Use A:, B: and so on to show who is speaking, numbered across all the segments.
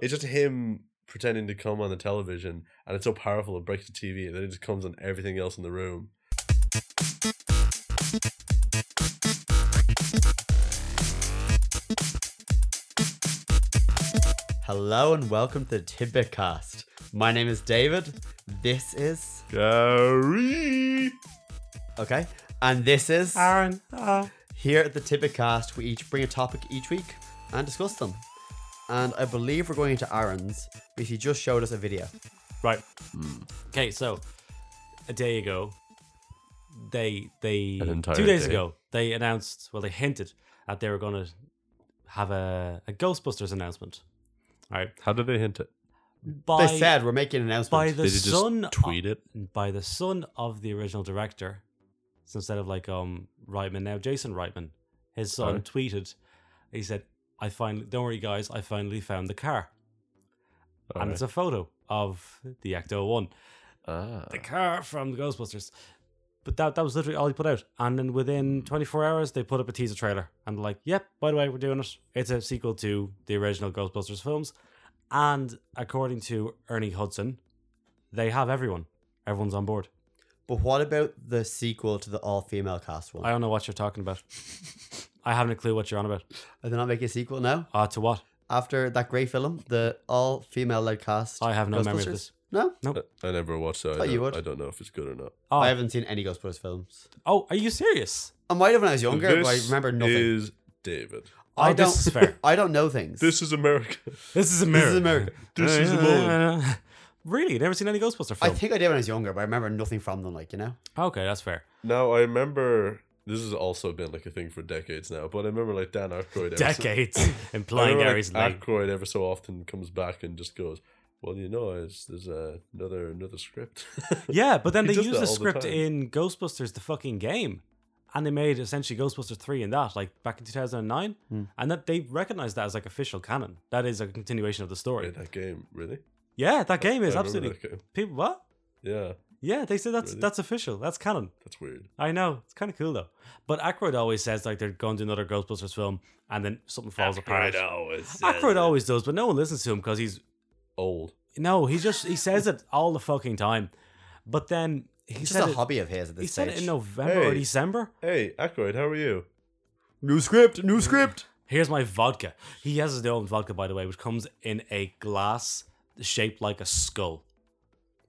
A: It's just him pretending to come on the television, and it's so powerful it breaks the TV, and then it just comes on everything else in the room.
B: Hello and welcome to Tibitcast. My name is David. This is
A: Gary,
B: okay, and this is
A: Aaron,
C: Ah.
B: here at the Tibitcast. We each bring a topic each week and discuss them. And I believe we're going into Aaron's because he just showed us a video.
C: Right.
A: Hmm.
C: Okay, so a day ago, they they
A: An entire
C: two days
A: day.
C: ago they announced well they hinted that they were going to have a, a Ghostbusters announcement. All right.
A: how did they hint it?
C: By,
B: they said we're making an
C: by
B: announcement.
C: the
A: Did you just
C: son
A: tweet it?
C: by the son of the original director, so instead of like um Reitman now Jason Reitman, his son
A: Sorry.
C: tweeted, he said, "I finally don't worry guys, I finally found the car." and it's a photo of the Ecto One.
A: Ah.
C: the car from the Ghostbusters. But that that was literally all he put out. And then within 24 hours, they put up a teaser trailer and like, yep, by the way, we're doing it. It's a sequel to the original Ghostbusters films. And according to Ernie Hudson, they have everyone. Everyone's on board.
B: but what about the sequel to the all-female cast one?
C: I don't know what you're talking about. I haven't a clue what you're on about.
B: Are they not making a sequel now
C: Ah, to what?
B: after that great film, the all-female-led cast?
C: I have no memory of
B: Ghostbusters?
C: this.
B: No,
A: I never watched it. I,
B: Thought you
A: don't-
B: would.
A: I don't know if it's good or not.
C: Oh,
B: I haven't seen any Ghostbusters films.
C: oh, are you serious?
B: I might have when I was younger, but I
A: This
B: remember nothing.
A: Is David?
C: Oh,
B: I don't.
C: this is fair.
B: I don't know things.
A: This is America.
C: This is
B: This
C: America.
B: is America.
A: This is America.
C: Really? Never seen any Ghostbuster film?
B: I think I did when I was younger, but I remember nothing from them. Like you know,
C: okay, that's fair.
A: Now I remember this has also been like a thing for decades now, but I remember like Dan Aykroyd. ever-
C: decades
A: I
C: implying
A: remember,
C: Gary's
A: like,
C: name.
A: Aykroyd ever so often comes back and just goes, "Well, you know, it's, there's uh another another script."
C: Yeah, but then
A: He
C: they
A: does
C: used
A: that
C: the
A: all the
C: script
A: time.
C: in Ghostbusters, the fucking game, and they made essentially Ghostbusters three in that, like back in two thousand and nine,
B: Hmm.
C: and that they recognized that as like official canon. That is a continuation of the
A: Wait,
C: story.
A: that game really?
C: Yeah, that game is
A: I remember
C: absolutely
A: that game.
C: people. What?
A: Yeah,
C: Yeah, they said that's
A: Really?
C: that's official. That's canon.
A: that's weird.
C: I know it's kind of cool though. But Aykroyd always says like they're going to another Ghostbusters film, and then something falls apart.
A: always.
C: Aykroyd always does, but no one listens to him because he's
A: old.
C: no, he just he says it all the fucking time. But then he
B: it's
C: said
B: just a
C: it-
B: hobby of his at this
C: He
B: stage.
C: said it in November or
A: Hey.
C: December.
A: Hey, Aykroyd, how are you?
B: New script, new script.
C: Here's my vodka. He has his own vodka, by the way, which comes in a glass shaped like a skull.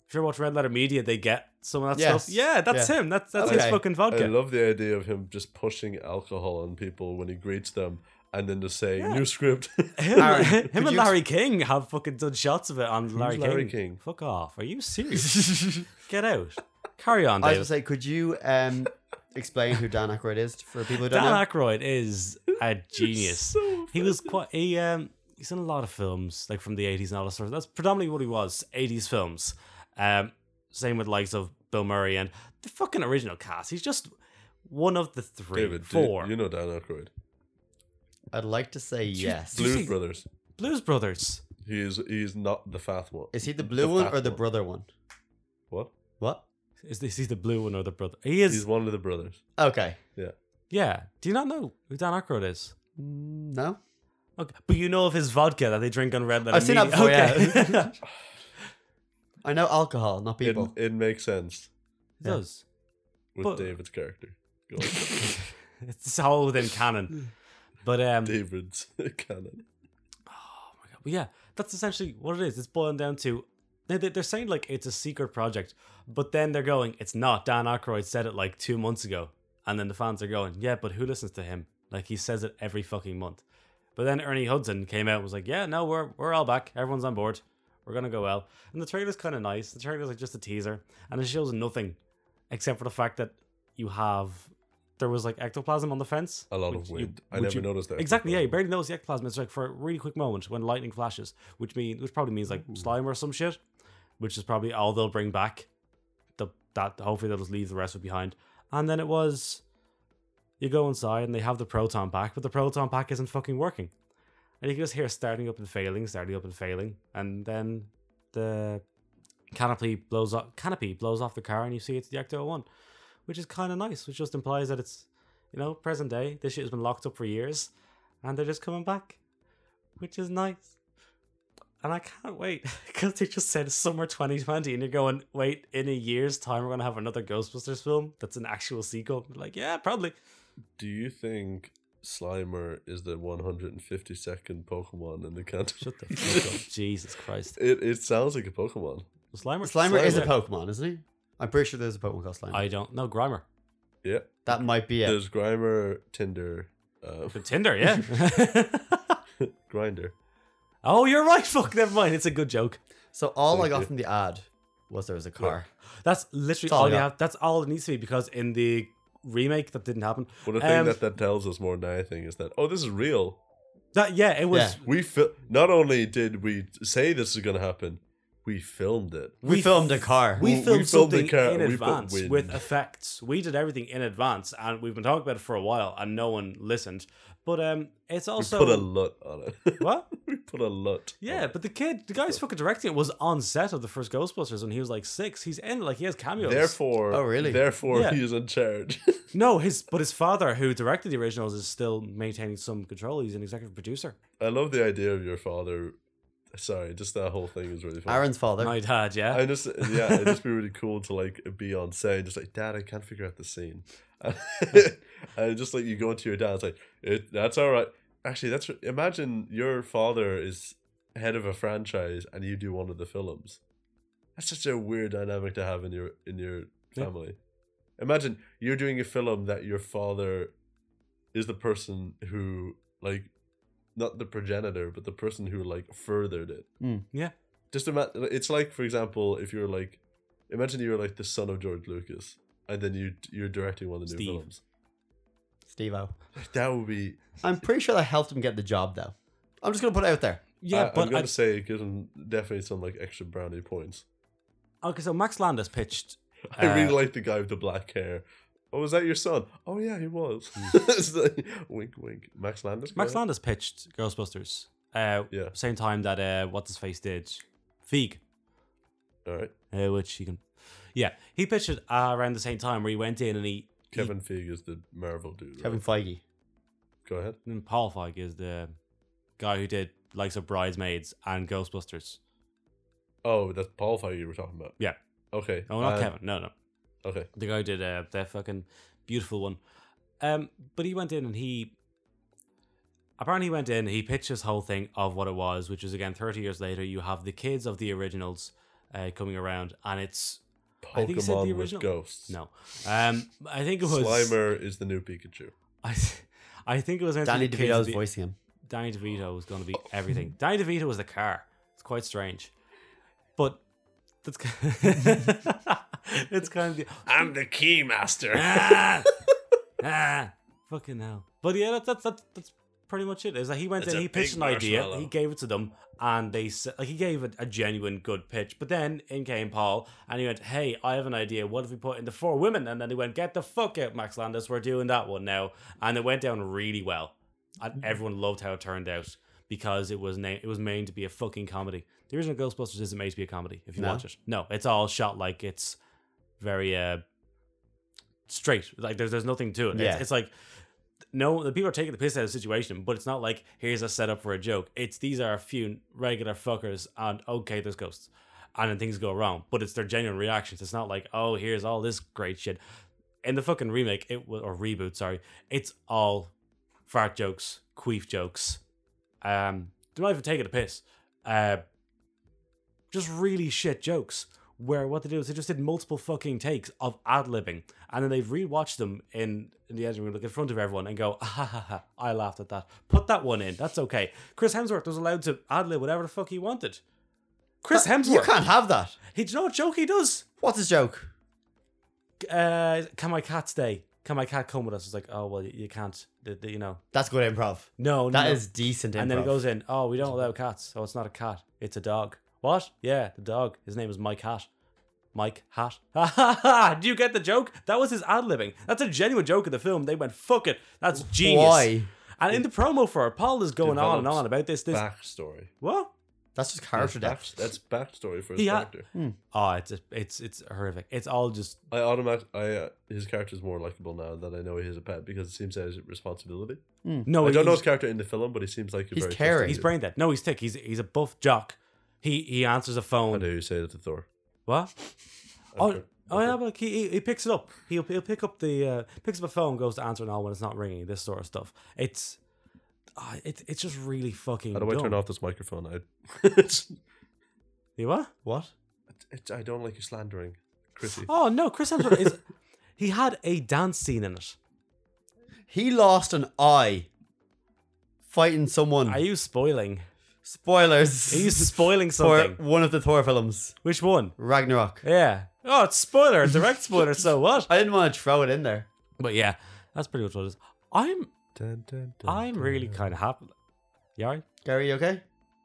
C: If you ever watch Red Letter Media, they get some of that
B: Yes.
C: stuff. Yeah, that's
B: Yeah.
C: him. That's that's his
B: Okay.
C: fucking
A: I
C: vodka.
A: love the idea of him just pushing alcohol on people when he greets them, and then just saying,
C: Yeah.
A: "New script."
C: him
B: Aaron,
C: him
B: could
C: and
B: you ex-
C: Larry King have fucking done shots of it on Larry,
A: Larry
C: King.
A: King?
C: Fuck off. Are you serious? get out. Carry on,
B: I was gonna
C: David.
B: say, could you um, explain who Dan Aykroyd is for people who don't
C: Dan
B: know?
C: Aykroyd is a genius.
A: so
C: he was quite he um he's in a lot of films like from the 80s and all that sort of that's predominantly what he was 80s films um same with likes of bill murray and the fucking original cast he's just one of the three
A: David, do you-
C: four
A: you know Dan Aykroyd,
B: I'd like to say yes.
C: Blue-
A: Blues
C: think-
A: Brothers.
C: blues brothers
A: He is he is not the fat one.
B: Is he the blue one
A: fat
B: or the
A: one.
B: brother one?
A: What?
B: What?
C: is this he's the blue one or the brother he is
A: He's one of the brothers.
B: Okay.
C: yeah do you not know who dan Aykroyd is
B: Mm, No.
C: okay. but you know of his vodka that they drink on red Letter
B: I've seen that
C: Media.
B: before,
C: okay.
B: I know alcohol, not
A: It,
B: people.
A: it makes sense
C: it does
A: with
C: But-
A: David's character. Go on.
C: it's all within canon but um
A: David's canon.
C: But yeah, that's essentially what it is. It's boiling down to they- they- they're saying like it's a secret project, but then they're going, it's not. Dan Aykroyd said it like two months ago, and then the fans are going, yeah, but who listens to him? Like he says it every fucking month. But then Ernie Hudson came out and was like, yeah, no, we're we're all back. Everyone's on board. We're gonna go well. And the trailer's kind of nice. The trailer's like just a teaser, and it shows nothing except for the fact that you have there was like ectoplasm on the fence.
A: A lot
C: Would
A: of
C: you-
A: wind. I
C: would
A: never
C: you-
A: noticed that.
C: Exactly, yeah, you
A: before.
C: barely notice the ectoplasm. It's like for a really quick moment when lightning flashes, which mean which probably means like slime or some shit, which is probably all they'll bring back. The that hopefully they'll just leave the rest of it behind. And then it was you go inside and they have the proton pack, but the proton pack isn't fucking working. And you can just hear it starting up and failing, starting up and failing, and then the canopy blows up canopy blows off the car and you see it's the Ecto one. Which is kinda nice, which just implies that it's you know, present day. This shit has been locked up for years, and they're just coming back, which is nice. And I can't wait because they just said summer 2020, and you're going, wait, in a year's time, we're going to have another Ghostbusters film that's an actual sequel. Like, yeah, probably.
A: Do you think Slimer is the 152nd Pokemon in the country?
C: Shut the fuck up. Jesus Christ.
A: It, it sounds like a Pokemon.
C: Slimer,
B: Slimer is a
C: Slimer.
B: Pokemon, isn't he? I'm pretty sure there's a Pokemon called Slimer.
C: I don't know. Grimer.
A: Yeah.
B: that might be it.
A: There's Grimer, Tinder,
B: Oh.
A: uh,
C: But Tinder, yeah.
A: Grinder.
C: oh, you're right. Fuck, never mind. It's a good joke.
B: So all I
A: Thank
B: got
A: you.
B: from the ad was there was a car.
C: That's literally
B: That's all
C: all
B: I
C: you
B: got.
C: have. That's all it needs to be because in the remake, that didn't happen.
A: But the thing
C: Um,
A: that that tells us more than anything is that oh, this is real.
C: That yeah, it was.
B: Yeah.
A: We fil- not only did we say this is going to happen, we filmed it.
B: We,
C: We-
B: filmed a car.
C: We
A: We- we
C: filmed,
A: filmed the
C: something
A: car-
C: in
A: we filmed
C: advance
A: wind.
C: with effects. We did everything in advance, and we've been talking about it for a while, and no one listened. But um, it's also
A: we put a oh. lot on it.
C: what?
A: we put a lot.
C: Yeah, but the kid, the guy's fucking directing it, was on set of the first Ghostbusters when he was like six. He's in like he has cameos.
A: Therefore,
B: Oh, really?
A: Therefore,
C: Yeah.
A: he is in charge.
C: no, his but his father, who directed the originals, is still maintaining some control. He's an executive producer.
A: I love the idea of your father. Sorry, just that whole thing is really funny.
B: Aaron's father.
C: My dad, yeah.
A: I just yeah, it'd just be really cool to like be on set and just like Dad, I can't figure out the scene, and just like you go into your dad, it's like it, that's all right. Actually, that's imagine your father is head of a franchise and you do one of the films. That's such a weird dynamic to have in your in your
C: Yeah.
A: family. Imagine you're doing a film that your father is the person who like not the progenitor, but the person who like furthered it.
B: Mm.
C: Yeah.
A: Just imagine. It's like, for example, if you're like, imagine you're like the son of George Lucas, and then you you're directing one of the new
C: Steve.
A: films.
B: Steve O.
A: Like, that would be.
B: I'm pretty sure that helped him get the job though. I'm just gonna put it out there.
A: Yeah,
C: yeah,
A: I, am
C: but
A: gonna
C: I,
A: say it gives him definitely some like extra brownie points.
C: okay. So Max Landis pitched.
A: I really
C: Uh,
A: like the guy with the black hair. Oh, was that your son? Oh yeah, he was. It's like, wink, wink. Max Landis. go
C: Hmm. Max
A: ahead.
C: Landis pitched Ghostbusters. Uh,
A: Yeah.
C: Same time that uh, what's his face did, Feig,
A: All right.
C: uh, which he can. Yeah, he pitched it uh, around the same time where he went in and he.
A: Kevin Feige is the Marvel dude. right?
B: Kevin Feige.
A: Go ahead.
C: he- and Paul Feig is the guy who did likes of Bridesmaids and Ghostbusters.
A: Oh, that's Paul Feige you were talking about.
C: Yeah.
A: Okay.
C: Oh, not
A: uh,
C: Kevin. No, no.
A: Okay.
C: The guy who did uh, that fucking beautiful one. Um, but he went in and he apparently he went in. He pitched his whole thing of what it was, which is again thirty years later. You have the kids of the originals uh, coming around, and it's I think he said the
A: Pokemon with
C: original-
A: ghosts.
C: no. Um, I think it was
A: Slimer is the new Pikachu.
C: I, I think it was meant to
B: Danny
C: be the kids
B: DeVito's
C: of the-
B: voicing him.
C: Danny DeVito was going to be everything. Danny DeVito was the car. It's quite strange, but that's ki- it's kind of the
A: I'm the key master.
C: ah, ah, fucking hell. But yeah, that's that's that's, that's pretty much it. Is that he went
A: That's
C: in,
A: a
C: he pitched
A: big
C: an idea,
A: marshmallow.
C: he gave it to them, and they s- like he gave it a genuine good pitch. But then in came Paul, and he went, "Hey, I have an idea. What if we put in the four women?" And then he went, "Get the fuck out, Max Landis. We're doing that one now." And it went down really well,
A: Hmm.
C: and everyone loved how it turned out. Because it was na- it was made to be a fucking comedy. The original Ghostbusters isn't made to be a comedy. If you
B: No.
C: watch it, no, it's all shot like it's very uh, straight. Like there's there's nothing to it.
B: Yeah.
C: It's, it's like no, the people are taking the piss out of the situation, but it's not like here's a setup for a joke. It's these are a few regular fuckers, and okay, there's ghosts, and then things go wrong. But it's their genuine reactions. It's not like oh, here's all this great shit. In the fucking remake, it wa- or reboot, sorry, it's all fart jokes, queef jokes. Um, they're not even taking a piss. Uh, just really shit jokes. Where what they do is they just did multiple fucking takes of ad libbing, and then they've rewatched them in, in the editing room, like in front of everyone, and go, ah, ha, ha, ha, I laughed at that. Put that one in. That's okay. Chris Hemsworth was allowed to ad lib whatever the fuck he wanted. Chris
B: That- You
C: Hemsworth.
B: can't have that.
C: He, do you know what joke he does?
B: What's his joke?
C: Uh, can my cat stay? Can my cat come with us? It's like, oh well, you, you can't. The- the- you know,
B: That's good improv.
C: no,
B: That
C: no.
B: is decent improv.
C: And then he goes in, oh, we don't allow cats. Oh, it's not a cat. It's a dog. What? Yeah, the dog. His name is Mike Hat. Mike Hat. Ha ha ha! Do you get the joke? That was his ad libbing. That's a genuine joke in the film. They went, fuck it. That's genius.
B: Why?
C: And in the promo for it, Paul is going on and
A: Develops
C: on about this. This
A: Backstory.
C: what?
B: That's just character
A: Back-
B: depth.
A: that's backstory for his
C: He ha-
A: character.
C: Oh, it's it's it's horrific. It's all just
A: I automatic. I uh, his character is more likable now that I know he is a pet because it seems he has responsibility.
C: no.
A: Hmm. I don't know
C: Oh, he's-
A: his character in the film, but he seems like a
B: He's
A: very
B: caring.
A: trusting
C: He's
A: dude.
C: brain dead. No, he's thick. He's he's a buff jock He he answers a
A: How
C: phone.
A: do you say that to Thor?
C: What? Oh,
A: Okay.
C: oh yeah, but he, he- he picks it up. He'll he'll pick up the uh, picks up a phone, goes to answer and all when it's not ringing. This sort of stuff. It's uh, it, it's just really fucking.
A: How do I
C: dumb.
A: turn off this microphone? I, it's,
C: You what?
B: What?
A: it's, I don't like you slandering, Chrissy.
C: Oh no, Chris Hemsworth is. He had a dance scene in it.
B: He lost an eye fighting
A: Hmm.
B: someone.
C: Are you spoiling?
B: Spoilers
C: Are you spoiling
B: for
C: something?
B: one of the Thor films,
C: Which one?
B: Ragnarok.
C: Yeah. Oh, it's spoiler, direct spoiler. So what?
B: I didn't want to throw it in there.
C: But yeah, that's pretty much what it is. I'm
A: Dun, dun, dun,
C: I'm really
A: dun.
C: kind of happy. You alright?
B: Gary, you okay?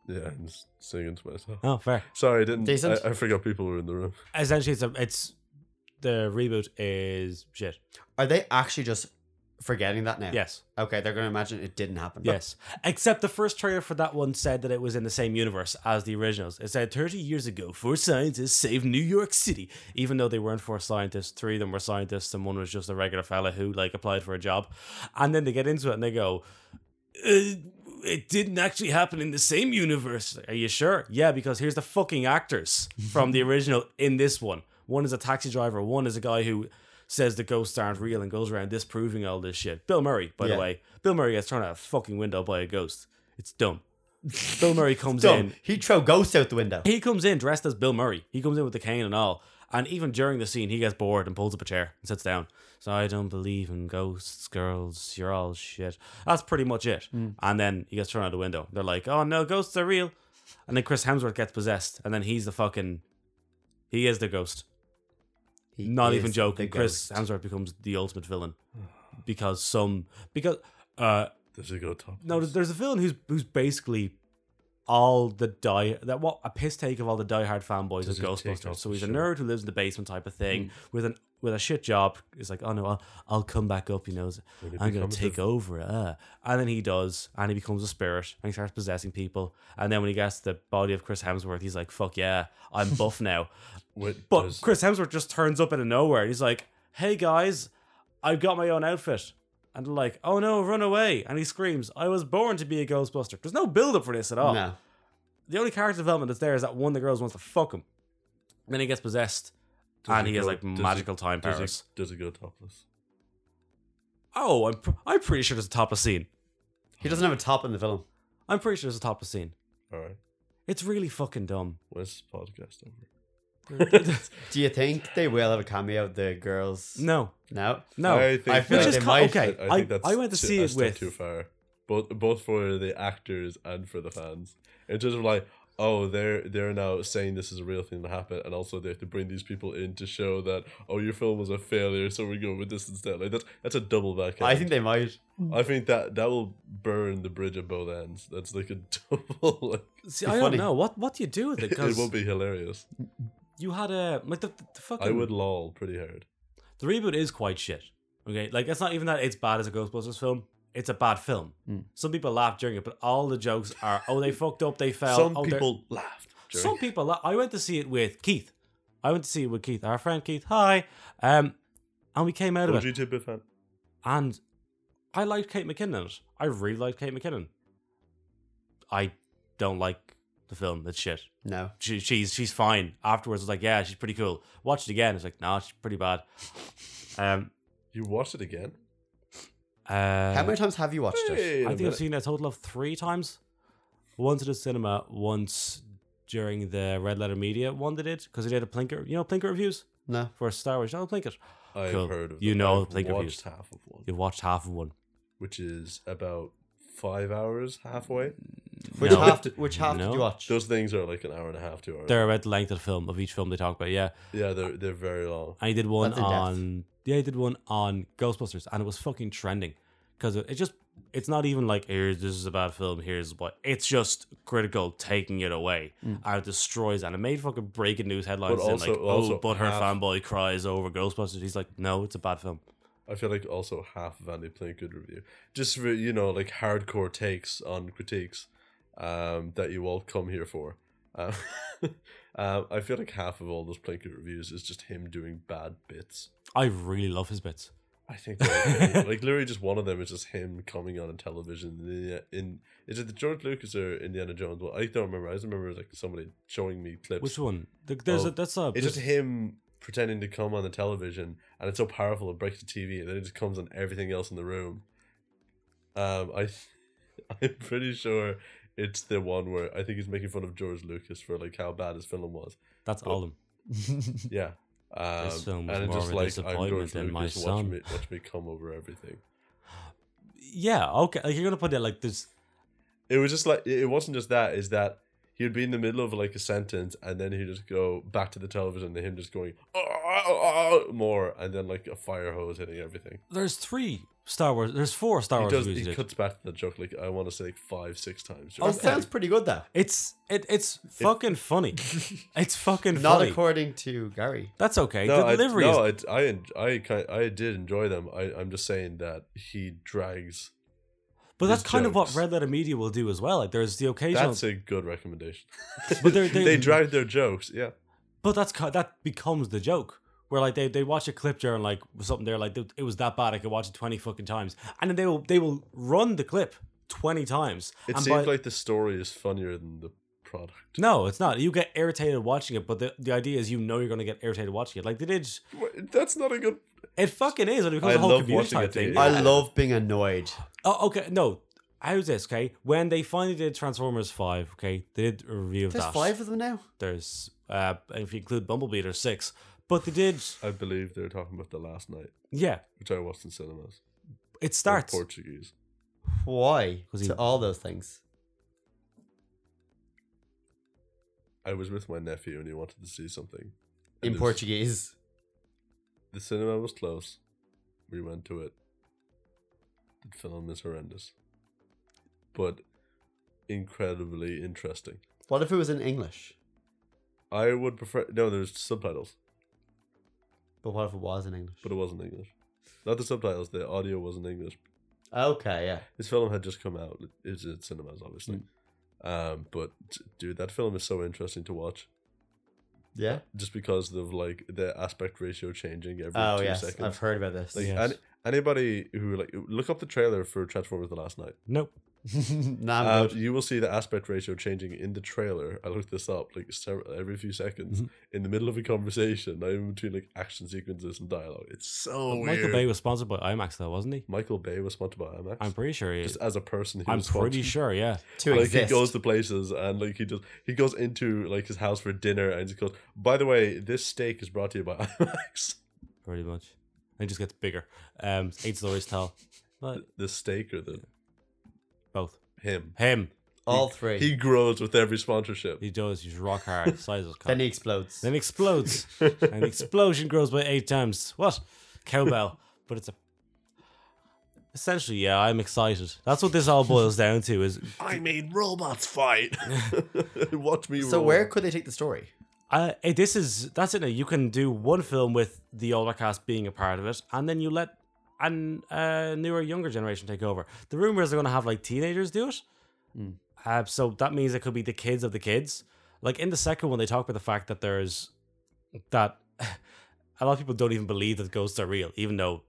A: Yeah, I'm just singing to myself.
C: Oh, fair.
A: Sorry, I didn't.
B: Decent.
A: I, I forgot people were in the room.
C: Essentially, it's a, it's the reboot is shit.
B: Are they actually just forgetting that now?
C: Yes.
B: Okay, they're going to imagine it didn't happen.
C: Yes. Except the first trailer for that one said that it was in the same universe as the originals. It said 30 years ago, four scientists saved New York City. Even though they weren't four scientists, three of them were scientists and one was just a regular fella who like applied for a job. And then they get into it and they go, uh, it didn't actually happen in the same universe. Are you sure? Yeah, because here's the fucking actors from the original in this one. One is a taxi driver, one is a guy who says the ghosts aren't real and goes around disproving all this shit. Bill Murray, by
B: Yeah.
C: the way. Bill Murray gets thrown out a fucking window by a ghost. It's dumb. Bill Murray comes
B: Dumb.
C: in.
B: He'd throw ghosts out the window.
C: He comes in dressed as Bill Murray. He comes in with the cane and all. And even during the scene, he gets bored and pulls up a chair and sits down. So I don't believe in ghosts, girls. You're all shit. That's pretty much it.
B: Hmm.
C: And then he gets thrown out the window. They're like, "Oh no, ghosts are real." And then Chris Hemsworth gets possessed, and then he's the fucking, he is the ghost.
B: He
C: Not
B: is
C: even joking.
B: the
C: Chris
B: ghost.
C: Hemsworth becomes the ultimate villain because some because uh
A: This is go top.
C: no, there's, there's a villain who's who's basically all the die that what a piss take of all the diehard fanboys
A: Does
C: of
A: he take Hmm.
C: Ghostbusters.
A: off
C: So
A: the
C: he's a
A: shirt?
C: nerd who lives in the basement type of thing with an with a shit job. He's like, oh no, I'll, I'll come back up. He knows
A: When he
C: I'm gonna
A: becomes a-
C: take over. Uh. And then he does, and he becomes a spirit, and he starts possessing people. And then when he gets the body of Chris Hemsworth, he's like, fuck yeah, I'm buff now.
A: Wait,
C: But
A: does-
C: Chris Hemsworth just turns up out of nowhere and he's like, Hey guys, I've got my own outfit. And they're like, Oh no, run away. And he screams, I was born to be a Ghostbuster. There's no build up for this at all.
B: No.
C: The only character development that's there is that one of the girls wants to fuck him. Then he gets possessed
A: does
C: and he has
A: go-
C: like
A: does he-
C: magical time
A: does he-
C: powers.
A: Does he go topless?
C: Oh, I'm, pr- I'm pretty sure there's a topless scene.
B: He doesn't have a top in the film.
C: I'm pretty sure there's a topless scene.
A: All right.
C: It's really fucking dumb.
A: When's this podcast over?
B: Do you think they will have a cameo of the girls?
C: no,
B: No.
C: no.
A: I think
B: I feel
A: that-
B: like
C: Which is
B: they
C: ca-
B: might.
C: okay. I- I went to
A: too-
C: see
A: that's
C: it
A: still
C: with-
A: too far, both both for the actors and for the fans. In terms of like, oh, they're they're now saying this is a real thing that happened, and also they have to bring these people in to show that oh, your film was a failure, so we're going with this instead. Like that's that's a double back.
B: I
A: end.
B: think they might.
A: I think that that will burn the bridge at both ends. That's like a double. Like,
C: See,
B: Be
C: I don't
B: funny.
C: know. What, what do you do with it?
A: it, it
C: Because
A: will be hilarious.
C: you had a. Like the, the, the fucking.
A: I would lol pretty hard.
C: The reboot is quite shit. Okay, like it's not even that it's bad as a Ghostbusters film. It's a bad film.
B: Mm.
C: Some people laugh during it, but all the jokes are, oh, they fucked up, they fell.
A: Some
C: oh, they're-
A: people laughed. during-
C: some people. La- I went to see it with Keith. I went to see it with Keith, our friend Keith. Hi, um, and we came out of it,
A: OG Tidbit fan.
C: and I liked Kate McKinnon. in it. I really liked Kate McKinnon. I don't like the film. It's shit
B: No.
C: she, she's she's fine. Afterwards, I was like, yeah, she's pretty cool. Watch it again. It's like, nah, she's pretty bad. Um,
A: You watched it again?
C: uh,
B: How many times have you watched it?
A: Wait a
C: I think
A: minute.
C: I've seen it a total of three times. Once at the cinema, once during the Red Letter Media one they did because they did a Plinker, you know, Plinker reviews
B: No.
C: for Star Wars. You know, Plinker.
A: I've
C: Cool.
A: heard of
C: You
A: them.
C: know
A: I've
C: the Plinker
A: watched
C: views.
A: half of one,
C: You watched half of one.
A: which is about five hours halfway.
B: Which
C: No.
B: half? Which half did
C: No.
B: you watch?
A: Those things are like an hour and a half, two hours.
C: They're about the length of the film of each film they talk about. Yeah,
A: yeah, they're they're very long.
C: I did one
B: That's in depth.
C: on yeah, I did one on Ghostbusters, and it was fucking trending because it, it just it's not even like here this is a bad film. Here's what it's just critical taking it away and it destroys and it made fucking breaking news headlines.
A: Mm. But
C: saying,
A: also-
C: like,
A: also
C: oh, but her
A: half-
C: fanboy cries over Ghostbusters. He's like, no, it's a bad film.
A: I feel like also half of Andy Good review, just for you know like hardcore takes on critiques, um, that you all come here for. Um, um, I feel like half of all those Plinkett reviews is just him doing bad bits.
C: I really love his bits.
A: I think they're okay. like literally just one of them is just him coming on in television. In, in is it the George Lucas or Indiana Jones? Well, I don't remember. I just remember like somebody showing me clips.
C: Which one? The, there's
A: Oh,
C: a, that's a
A: it's just
C: there's-
A: him pretending to come on the television, and it's so powerful it breaks the TV, and then it just comes on everything else in the room. Um, I, I'm pretty sure it's the one where I think he's making fun of George Lucas for like how bad his film was.
C: that's all them.
A: Yeah. Um,
C: film was
A: and it's
C: more
A: just
C: of a
A: like I'm George
C: disappointment than my
A: Lucas. Watch
C: son.
A: me, watch me come over everything.
C: Yeah, okay. Like you're gonna put it like this.
A: It was just like it it wasn't just that. Is that he would be in the middle of like a sentence and then he'd just go back to the television and him just going oh, oh, oh, more and then like a fire hose hitting everything.
C: There's three Star Wars. There's four Star
A: He
C: Wars
A: does.
C: movies.
A: He
C: dude.
A: cuts back to the joke like I want to say like five, six times.
B: That
A: during
C: Okay.
A: that.
B: Oh, sounds pretty good, though.
C: It's it it's fucking funny. It's fucking
B: Not
C: funny.
B: according to Gary.
C: That's okay.
A: No,
C: the delivery
A: I,
C: is
A: no, I, I, en- I, kind, I did enjoy them. I, I'm just saying that he drags.
C: But that's
A: These
C: kind of what
A: jokes.
C: Red Letter Media will do as well. Like there's the occasional,
A: That's a good recommendation.
C: But they're- they-
A: they drag their jokes. Yeah.
C: but that's ki- that becomes the joke where like they, they watch a clip during like something there like it was that bad I could watch it twenty fucking times and then they will they will run the clip twenty times.
A: It
C: and
A: seems
C: by-
A: like the story is funnier than the product.
C: no, it's not. You get irritated watching it, but the, the idea is you know you're gonna get irritated watching it. Like they did,
A: Wait, That's not a good.
C: it fucking is. It becomes
A: I
C: a whole
A: love
C: community
A: watching
C: type
A: it,
C: thing.
A: dude.
B: I love being annoyed.
C: Oh, okay, no. How's this? Okay, when they finally did Transformers Five, okay, they did a review of
B: There's
C: that.
B: five of them now.
C: There's uh, if you include Bumblebee, there's six. But they did,
A: I believe they were talking about the last night,
C: yeah.
A: which I watched in cinemas.
C: It
A: They're
C: starts.
A: Portuguese.
B: Why?
C: 'Cause he-
B: to all those things.
A: I was with my nephew and he wanted to see something. And
B: In
A: it was-
B: Portuguese.
A: The cinema was close. We went to it. The film is horrendous, but incredibly interesting.
B: What if it was in English?
A: I would prefer. No, there's subtitles,
B: But what if it was in English?
A: but it wasn't English. Not the subtitles. The audio wasn't English.
B: Okay, yeah.
A: This film had just come out. It's in cinemas, obviously.
B: Mm.
A: Um, but d- dude, that film is so interesting to watch.
B: Yeah?
A: just because of like the aspect ratio changing every
B: Oh,
A: two
B: yes.
A: seconds.
B: I've heard about this.
A: Like
C: Yeah.
A: any, anybody who like look up the trailer for Transformers: The Last Night,
C: Nope.
B: nah, I'm
A: uh,
B: good.
A: you will see the aspect ratio changing in the trailer. I looked this up like several, every few seconds
C: Mm-hmm.
A: in the middle of a conversation, not even between like action sequences and dialogue. It's so
C: Michael
A: weird.
C: Bay was sponsored by IMAX, though, wasn't he?
A: Michael Bay was sponsored by IMAX.
C: I'm pretty sure he
A: just
C: is.
A: as a person, he
C: I'm
A: was
C: pretty
A: sponsored-
C: sure, yeah.
B: To
A: like
B: exist.
A: he goes to places and like he just he goes into like his house for dinner and he goes. By the way, this steak is brought to you by IMAX.
C: Pretty much. And it just gets bigger. Um, eight stories tall. But
A: the steak or the
C: both.
A: him.
C: Him.
B: all three.
A: He grows with every sponsorship.
C: He does. He's rock hard. Size is
B: then
C: cock.
B: he explodes.
C: Then he explodes. and the explosion grows by eight times. What? Cowbell. But it's a. Essentially, yeah, I'm excited. That's what this all boils down to is
A: I made robots fight. Watch me.
B: so
A: roll.
B: where could they take the story?
C: Uh, eh, this is that's it. Now. You can do one film with the older cast being a part of it, and then you let an uh, newer, younger generation take over. The rumor is they're going to have like teenagers do it.
B: Mm.
C: Uh, so that means it could be the kids of the kids. Like in the second one, they talk about the fact that there's that a lot of people don't even believe that ghosts are real, even though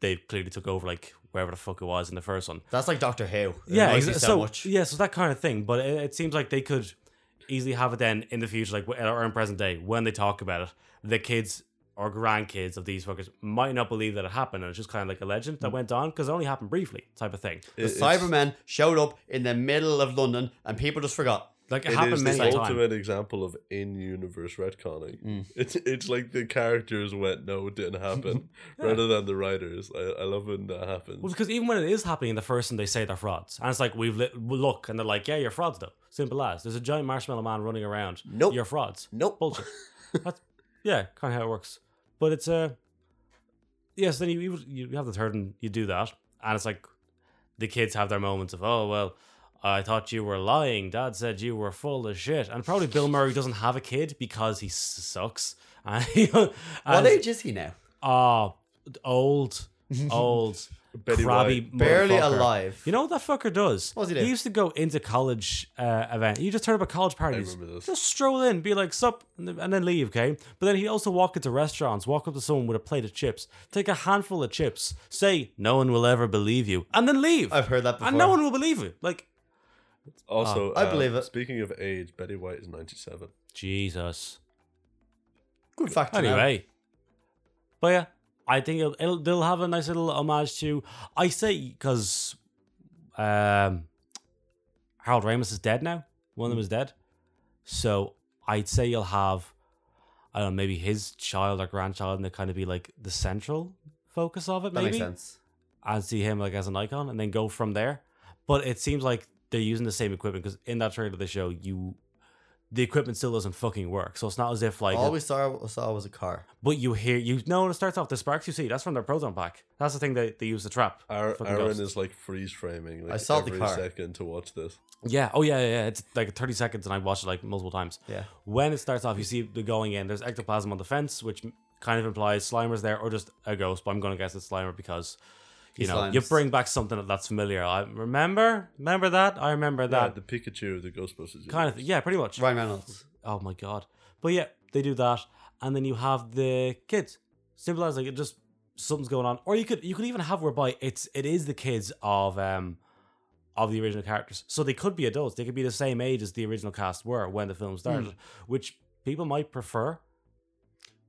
C: they clearly took over like wherever the fuck it was in the first one.
B: That's like Doctor Who. It
C: yeah,
B: annoys me
C: exa-
B: so,
C: so
B: much.
C: yeah, so that kind of thing. But it, it seems like they could easily have it then in the future, like w- or in present day, when they talk about it, the kids or grandkids of these fuckers might not believe that it happened, and it's just kind of like a legend
B: Mm.
C: that went on because it only happened briefly, type of thing.
B: The Cybermen showed up in the middle of London and people just forgot.
C: Like it,
A: It
C: happened
A: is
C: many
A: the
C: times.
A: ultimate example of in-universe retconning.
B: Mm.
A: It's it's like the characters went, no, it didn't happen,
C: Yeah.
A: rather than the writers. I, I love when that happens.
C: Well, because even when it is happening in the first one, they say they're frauds, and it's like we've li- we look, and they're like, yeah, you're frauds though. Simple as. There's a giant marshmallow man running around.
B: Nope.
C: you're frauds.
B: Nope.
C: bullshit. That's yeah, kind of how it works. But it's uh, yes. then you, you you have the third and you do that, and it's like the kids have their moments of oh well, I thought you were lying. Dad said you were full of shit. And probably Bill Murray doesn't have a kid because he s- sucks. And,
B: What
C: and-
B: age is he now?
C: Ah, old. old,
A: Betty
C: crabby,
B: Barely
C: motherfucker.
B: alive.
C: You know what that fucker does?
B: What does he do?
C: used to go into college uh, event. He just turn up at college parties.
A: remember this.
C: Just stroll in, be like, sup, and then- and then leave, okay? But then he'd also walk into restaurants, walk up to someone with a plate of chips, take a handful of chips, say, no one will ever believe you, and then leave.
B: I've heard that before.
C: and no one will believe you. Like,
A: Also,
C: ah,
B: I
A: uh,
B: believe it.
A: Speaking of age, Betty White is ninety-seven.
C: Jesus.
B: Good fact. to know.
C: Anyway, but yeah, I think it'll, it'll they'll have a nice little homage to. I say because um, Harold Ramis is dead now. One
B: Hmm.
C: of them is dead, so I'd say you'll have, I don't know, maybe his child or grandchild, and they kind of be like the central focus of it.
B: that
C: Maybe
B: makes sense.
C: and see him like as an icon and then go from there. But it seems like they're using the same equipment because in that trailer they show you the equipment still doesn't fucking work. So it's not as if like
B: All we saw, saw was a car.
C: but you hear you no it starts off the sparks you see, that's from their proton pack. That's the thing they, they use to trap.
A: Ar-
C: fucking
A: Aaron
C: ghost.
A: is like freeze framing. Like,
B: I saw the
A: every
B: car.
A: second to watch this.
C: Yeah, oh yeah, yeah, yeah. It's like thirty seconds and I watched it like multiple times.
B: Yeah.
C: When it starts off, you see the going in. There's ectoplasm on the fence, which kind of implies Slimer's there or just a ghost, but I'm gonna guess it's Slimer because you
B: He's
C: know,
B: Slimes.
C: you bring back something that's familiar. I remember, remember that. I remember
A: Yeah,
C: that.
A: the Pikachu of the Ghostbusters.
C: kind of
A: universe.
C: yeah pretty much
B: Ryan Reynolds.
C: oh my god but yeah they do that and then you have the kids simple as like it just something's going on or you could you could even have whereby it's it is the kids of um of the original characters so they could be adults they could be the same age as the original cast were when the film started which people might prefer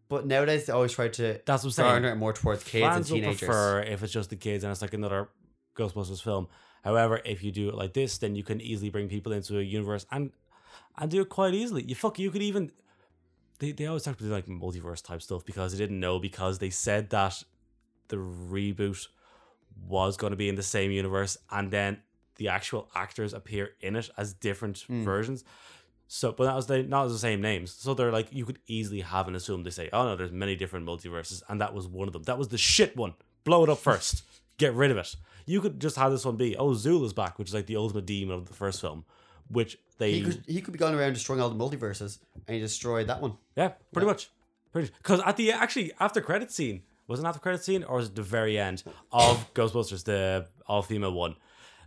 B: But nowadays they always try to
C: that's what i'm saying
B: garner it more towards kids
C: fans
B: and
C: will
B: teenagers.
C: prefer if it's just the kids and it's like another Ghostbusters film. However, if you do it like this, then you can easily bring people into a universe and and do it quite easily. You fuck, you could even they they always talk about like multiverse type stuff because they didn't know because they said that the reboot was going to be in the same universe and then the actual actors appear in it as different
B: Mm.
C: versions. So, but that was they not the same names. So they're like you could easily have and assume they say, "Oh no, there's many different multiverses," and that was one of them. That was the shit one. Blow it up first. Get rid of it. You could just have this one be, "Oh, Zool is back," which is like the ultimate demon of the first film, which they
B: He could, he could be going around destroying all the multiverses, and he destroyed that one.
C: yeah, pretty
B: Yeah.
C: much. Pretty because at the actually after credit scene was it after credit scene or was it the very end of Ghostbusters the all female one?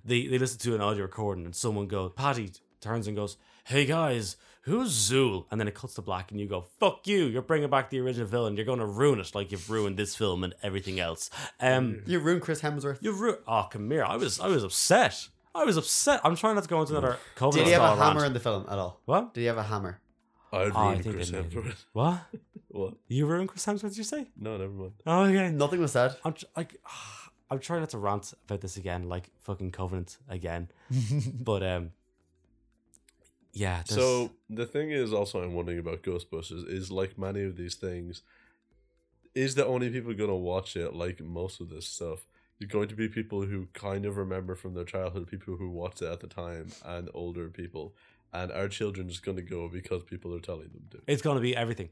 C: They they listen to an audio recording and someone goes Patty turns and goes Hey guys, who's Zool? And then it cuts to black and you go Fuck you! You're bringing back the original villain. You're going to ruin it like you've ruined this film and everything else. Um,
B: You ruined Chris Hemsworth.
C: you ru- oh come here. I was I was upset. I was upset. I'm trying not to go into another COVID.
B: Mm. Did he have a
C: style
B: hammer
C: rant.
B: in the film at all?
C: What?
B: Did he have a hammer?
A: I'd
C: Oh, I
A: ruin
C: think
A: Chris
C: I made it.
A: Hemsworth.
C: What?
A: What?
C: You ruined Chris Hemsworth? Did you say?
A: No, never mind.
C: Oh, okay.
B: Nothing was said.
C: I'm tr- like, I'm trying not to rant about this again, like fucking Covenant again. but um, yeah. there's-
A: So the thing is, also, I'm wondering about Ghostbusters is like many of these things, is the only people going to watch it like most of this stuff? You're going to be people who kind of remember from their childhood, people who watched it at the time, and older people, and our children just going to go because people are telling them to.
C: it's gonna be everything.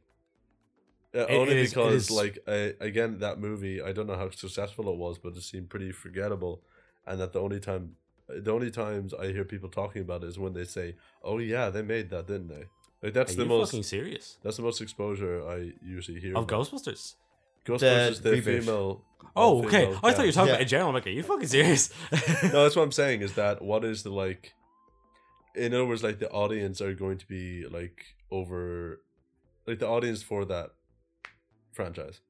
A: Uh,
C: It-
A: only
C: it is- it
A: because,
C: is-
A: like, uh, again, that movie, I don't know how successful it was, but it seemed pretty forgettable. And that the only time, the only times I hear people talking about it is when they say, "Oh yeah, they made that, didn't they?" Like that's
C: Are
A: the
C: you
A: most.
C: fucking serious?
A: That's the most exposure I usually hear.
C: Of
A: about.
C: Ghostbusters.
A: Ghostbusters,
B: The
A: the
B: reboot.
A: female.
C: Oh,
A: all
C: okay.
A: female
C: I thought you were
A: cast.
C: talking
B: Yeah.
C: about in general. I'm like, are you fucking serious?
A: No, that's what I'm saying. Is that what is the like? In other words, like the audience are going to be like over, like the audience for that franchise.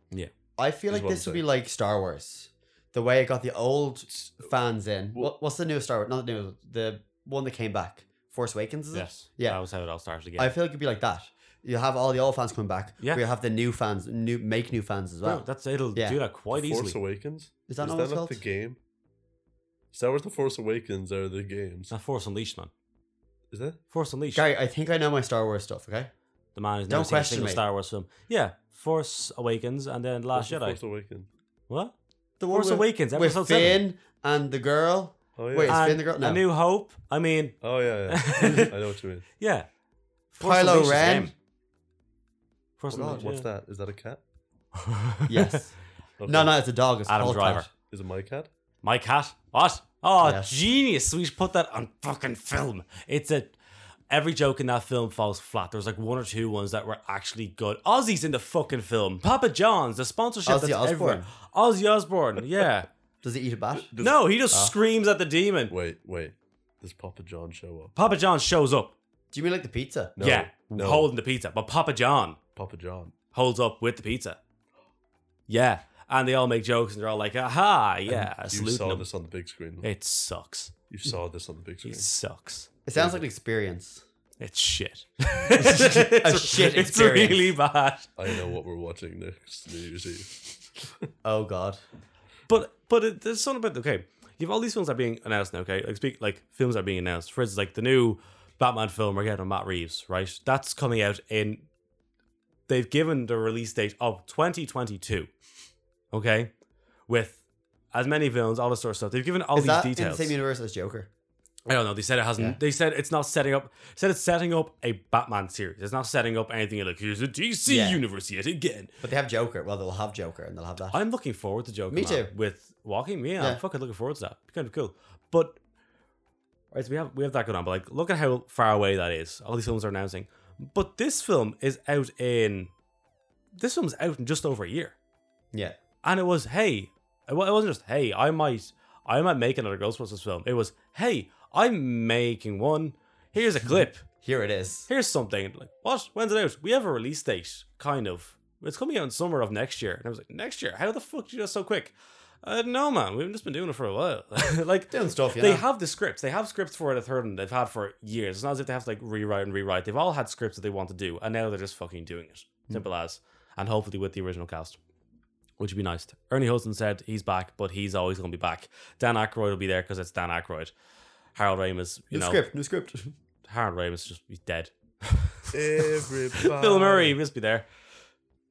B: I feel
A: Is
B: like
A: what I'm
B: this would be like Star Wars, the way it got the old fans in.
A: Well-
B: What, what's the newest Star Wars? Not the new, the one that came back, Force Awakens. Is it?
C: yes.
B: Yeah.
C: That was how it all started again.
B: I feel like it'd be like that. You have all the old fans coming back.
C: Yeah.
B: Yeah. You have the new fans, new make new fans as well.
C: No, that's it'll
B: Yeah.
C: do that quite
A: The
C: easily.
A: Force Awakens.
B: Is that
A: is
B: not
A: that
B: what
A: not
B: it's called?
A: the game? Star Wars: The Force Awakens are the games.
C: It's not Force Unleashed, man.
A: Is that?
C: Force Unleashed.
B: Gary, I think I know my Star Wars stuff. Okay.
C: the man who's
B: Don't
C: never seen a
B: question
C: single
B: me.
C: Star Wars film. Yeah, Force Awakens, and then
A: What's
C: Last
A: the
C: Jedi.
A: Force Awakens.
C: what?
B: The
C: Force
B: with-
C: Awakens,
B: with
C: episode seven.
B: Finn and the girl.
A: Oh yeah.
B: Wait, it's- Finn
C: And
B: the girl? No.
C: A New Hope. I mean,
A: oh yeah. yeah. I know what you mean.
C: yeah.
B: Kylo
C: Unleashed is
B: Ren?
C: game. Force
B: Oh, God,
C: Unleashed,
A: What's
C: yeah.
A: that? Is that a cat?
B: Yes.
A: Okay.
B: no, no, it's a dog. It's
C: Adam
B: called
C: Driver.
B: Cat.
A: Is it my cat?
C: My cat. What? Oh,
B: Yes.
C: genius. We should put that on fucking film. It's a. Every joke in that film falls flat. There's like one or two ones that were actually good. Ozzy's in the fucking film. Papa John's, the sponsorship
B: Ozzy
C: that's
B: Osbourne.
C: everywhere. Ozzy Osbourne, yeah.
B: Does Ah. he eat a bat?
A: Does-
C: no, he just screams at the demon.
A: Wait, wait. Does Papa John show up?
C: Papa John shows up.
B: Do you mean like the pizza?
A: No,
C: yeah,
A: no.
C: holding the pizza. But Papa John
A: Papa John.
C: holds up with the pizza. Yeah. And they all make jokes and they're all like, aha, yeah,
A: you
C: saluting
A: saw
C: him.
A: this on the big screen.
C: It sucks.
A: You saw this on the big screen.
C: It sucks.
B: It sounds like an experience.
C: It's shit. it's
B: shit
C: It's
B: experience.
C: really bad.
A: I know what we're watching next New Year's Eve.
B: Oh god.
C: But but it, there's something about okay. You have all these films that are being announced now. Okay, like speak like films that are being announced. For instance, like the new Batman film we're getting with Matt Reeves, right? That's coming out in. They've given the release date of 2022. Okay, with as many villains, all this sort of stuff. They've given all
B: Is
C: these
B: that in the
C: details.
B: same universe as Joker?
C: I don't know. They said it hasn't.
B: Yeah.
C: They said it's not setting up. Said it's setting up a Batman series. It's not setting up anything like here's a DC
B: Yeah.
C: universe yet again.
B: But they have Joker. Well, they'll have Joker and they'll have that.
C: I'm looking forward to Joker.
B: Me
C: Man
B: too.
C: With walking, yeah, I'm
B: Yeah.
C: fucking looking forward to that. Kind of cool. But right, so we have we have that going on. But like, look at how far away that is. All these films are announcing. But this film is out in. This film's out in just over a year,
B: yeah.
C: and it was hey, it wa- it wasn't just hey, I might, I might make another Ghostbusters film. It was hey, I'm making one. Here's a clip.
B: Here it is.
C: Here's something. Like what? When's it out? We have a release date, kind of. It's coming out in summer of next year. And I was like, next year? How the fuck did you do that so quick? Uh, no, man. We've just been doing it for a while. like
B: Doing stuff, you
C: they
B: know.
C: have the scripts. They have scripts for it at Thurden. They've had for years. It's not as if they have to like rewrite and rewrite. They've all had scripts that they want to do, and now they're just fucking doing it. Simple as. And hopefully with the original cast, which would be nice. Ernie Hudson said he's back, but he's always going to be back. Dan Aykroyd will be there because it's Dan Aykroyd. Harold Ramis, you
B: new
C: know,
B: script, new script.
C: Harold Ramis is just he's dead.
A: Everybody.
C: Bill Murray will just be there.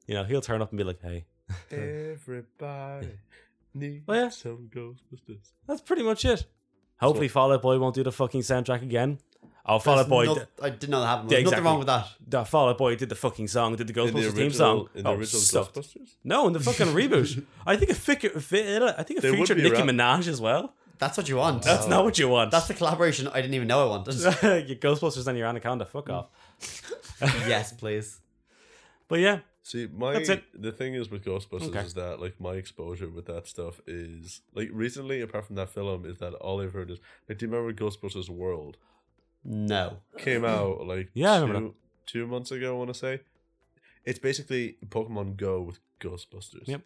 C: You know, he'll turn up and be like, hey,
A: Everybody needs
C: Oh, yeah.
A: some Ghostbusters.
C: that's pretty much it. Hopefully, Fall Out Boy won't do the fucking soundtrack again. Oh, Fall
B: There's
C: Out Boy.
B: no-
C: d-
B: I didn't know that happened.
C: Yeah,
B: There's nothing
C: exactly.
B: wrong with that.
C: the Fall Out Boy did the fucking song, did the
A: In the
C: Ghostbusters
A: original,
C: theme song.
A: in the
C: oh,
A: original
C: sucked.
A: Ghostbusters?
C: No, in the fucking reboot. I think it, fic- fi- I think it
A: They would
C: featured
A: be Oh.
C: Nicki
A: around-
C: Minaj as well.
B: That's what you want.
C: That's not what you want.
B: That's the collaboration I didn't even know I wanted.
C: your Ghostbusters and your Anaconda. Fuck off.
B: yes, please.
C: But yeah,
A: See, my
C: That's it.
A: the thing is with Ghostbusters
C: Okay.
A: is that like my exposure with that stuff is like recently, apart from that film, is that all I've heard is like, do you remember Ghostbusters World
B: No.
A: came out like
C: Uh, Yeah, I remember
A: two, two months ago? I want to say it's basically Pokemon Go with Ghostbusters.
C: Yep.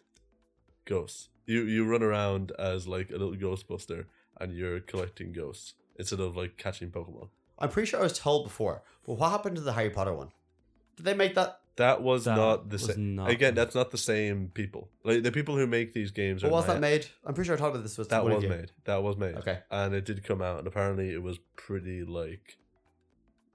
A: Ghosts. You you run around as like a little Ghostbuster and you're collecting ghosts instead of like catching Pokemon.
B: I'm pretty sure I was told before, but what happened to the Harry Potter one? Did they make that?
A: That was
C: That
A: not the
C: was
A: same.
C: not-
A: Again, that's not the same people. Like the people who make these games.
B: What
A: are
B: was
A: mad.
B: that made? I'm pretty sure I told you this was
A: That
B: one of
A: was
B: you.
A: made. That was made.
B: Okay.
A: And it did come out, and apparently it was pretty like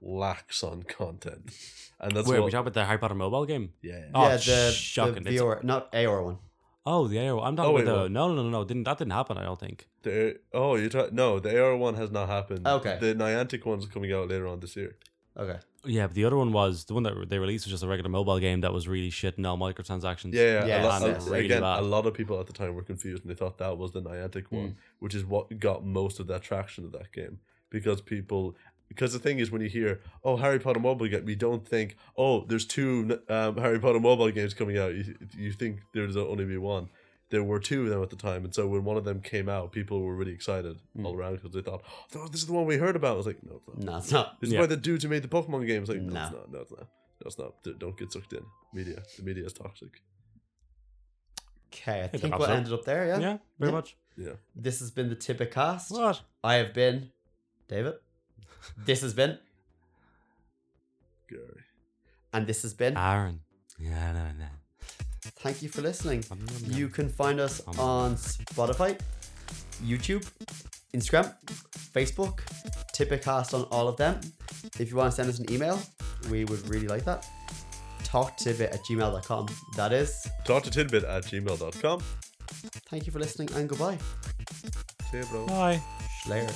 A: lax on content, and that's
C: wait,
A: what.
C: we talk about the Harry Potter mobile game?
A: yeah.
C: Oh,
B: yeah, the,
C: shocking.
B: the
C: It's-
B: VR, not AR one.
C: Oh, the AO. I'm talking
A: Oh, wait,
C: about the.
A: what?
C: No, no, no, no. Didn't, that didn't happen, I don't think.
A: The, oh, you're talking. No, the AR one has not happened.
B: Okay.
A: The Niantic one's coming out later on this year.
B: Okay.
C: Yeah, but the other one was the one that they released was just a regular mobile game that was really shit and all microtransactions.
A: Yeah, yeah. a
B: Yeah,
A: lot,
B: and
A: a-
B: it's
C: really
A: again,
C: bad.
A: a lot of people at the time were confused, and they thought that was the Niantic one, which is what got most of that traction of that game because people. Because the thing is, when you hear "Oh, Harry Potter mobile game," you don't think, "Oh, there's two um, Harry Potter mobile games coming out." You, you think there's only be one. There were two of them at the time, and so when one of them came out, people were really excited all around because they thought, "Oh, this is the one we heard about." I was like, "No, it's not.
B: No, it's not.
A: This is
C: Yeah.
A: by the dudes who made the Pokemon games. Like, no,
B: Mm. Nah.
A: it's not. No, it's not. No, it's not. D- Don't get sucked in. Media. The media is toxic.
B: Okay, I
C: think
B: think
C: that's
B: we'll
C: it.
B: end it up there, yeah?
C: Yeah, very
B: Yeah.
C: much.
A: Yeah.
B: This has been the Tippicast.
C: What?
B: I have been David. This has been,
A: Gary.
B: and this has been.
C: Aaron. Yeah, no, no.
B: Thank you for listening.
C: Um, yum,
B: You can find us on Spotify, YouTube, Instagram, Facebook, Tippicast on all of them. If you want to send us an email, we would really like that. TalkTibit at gmail.com. That is.
A: Talk to tidbit at gmail.com.
B: Thank you for listening and goodbye.
A: See you, bro.
C: Bye.
B: Slayer.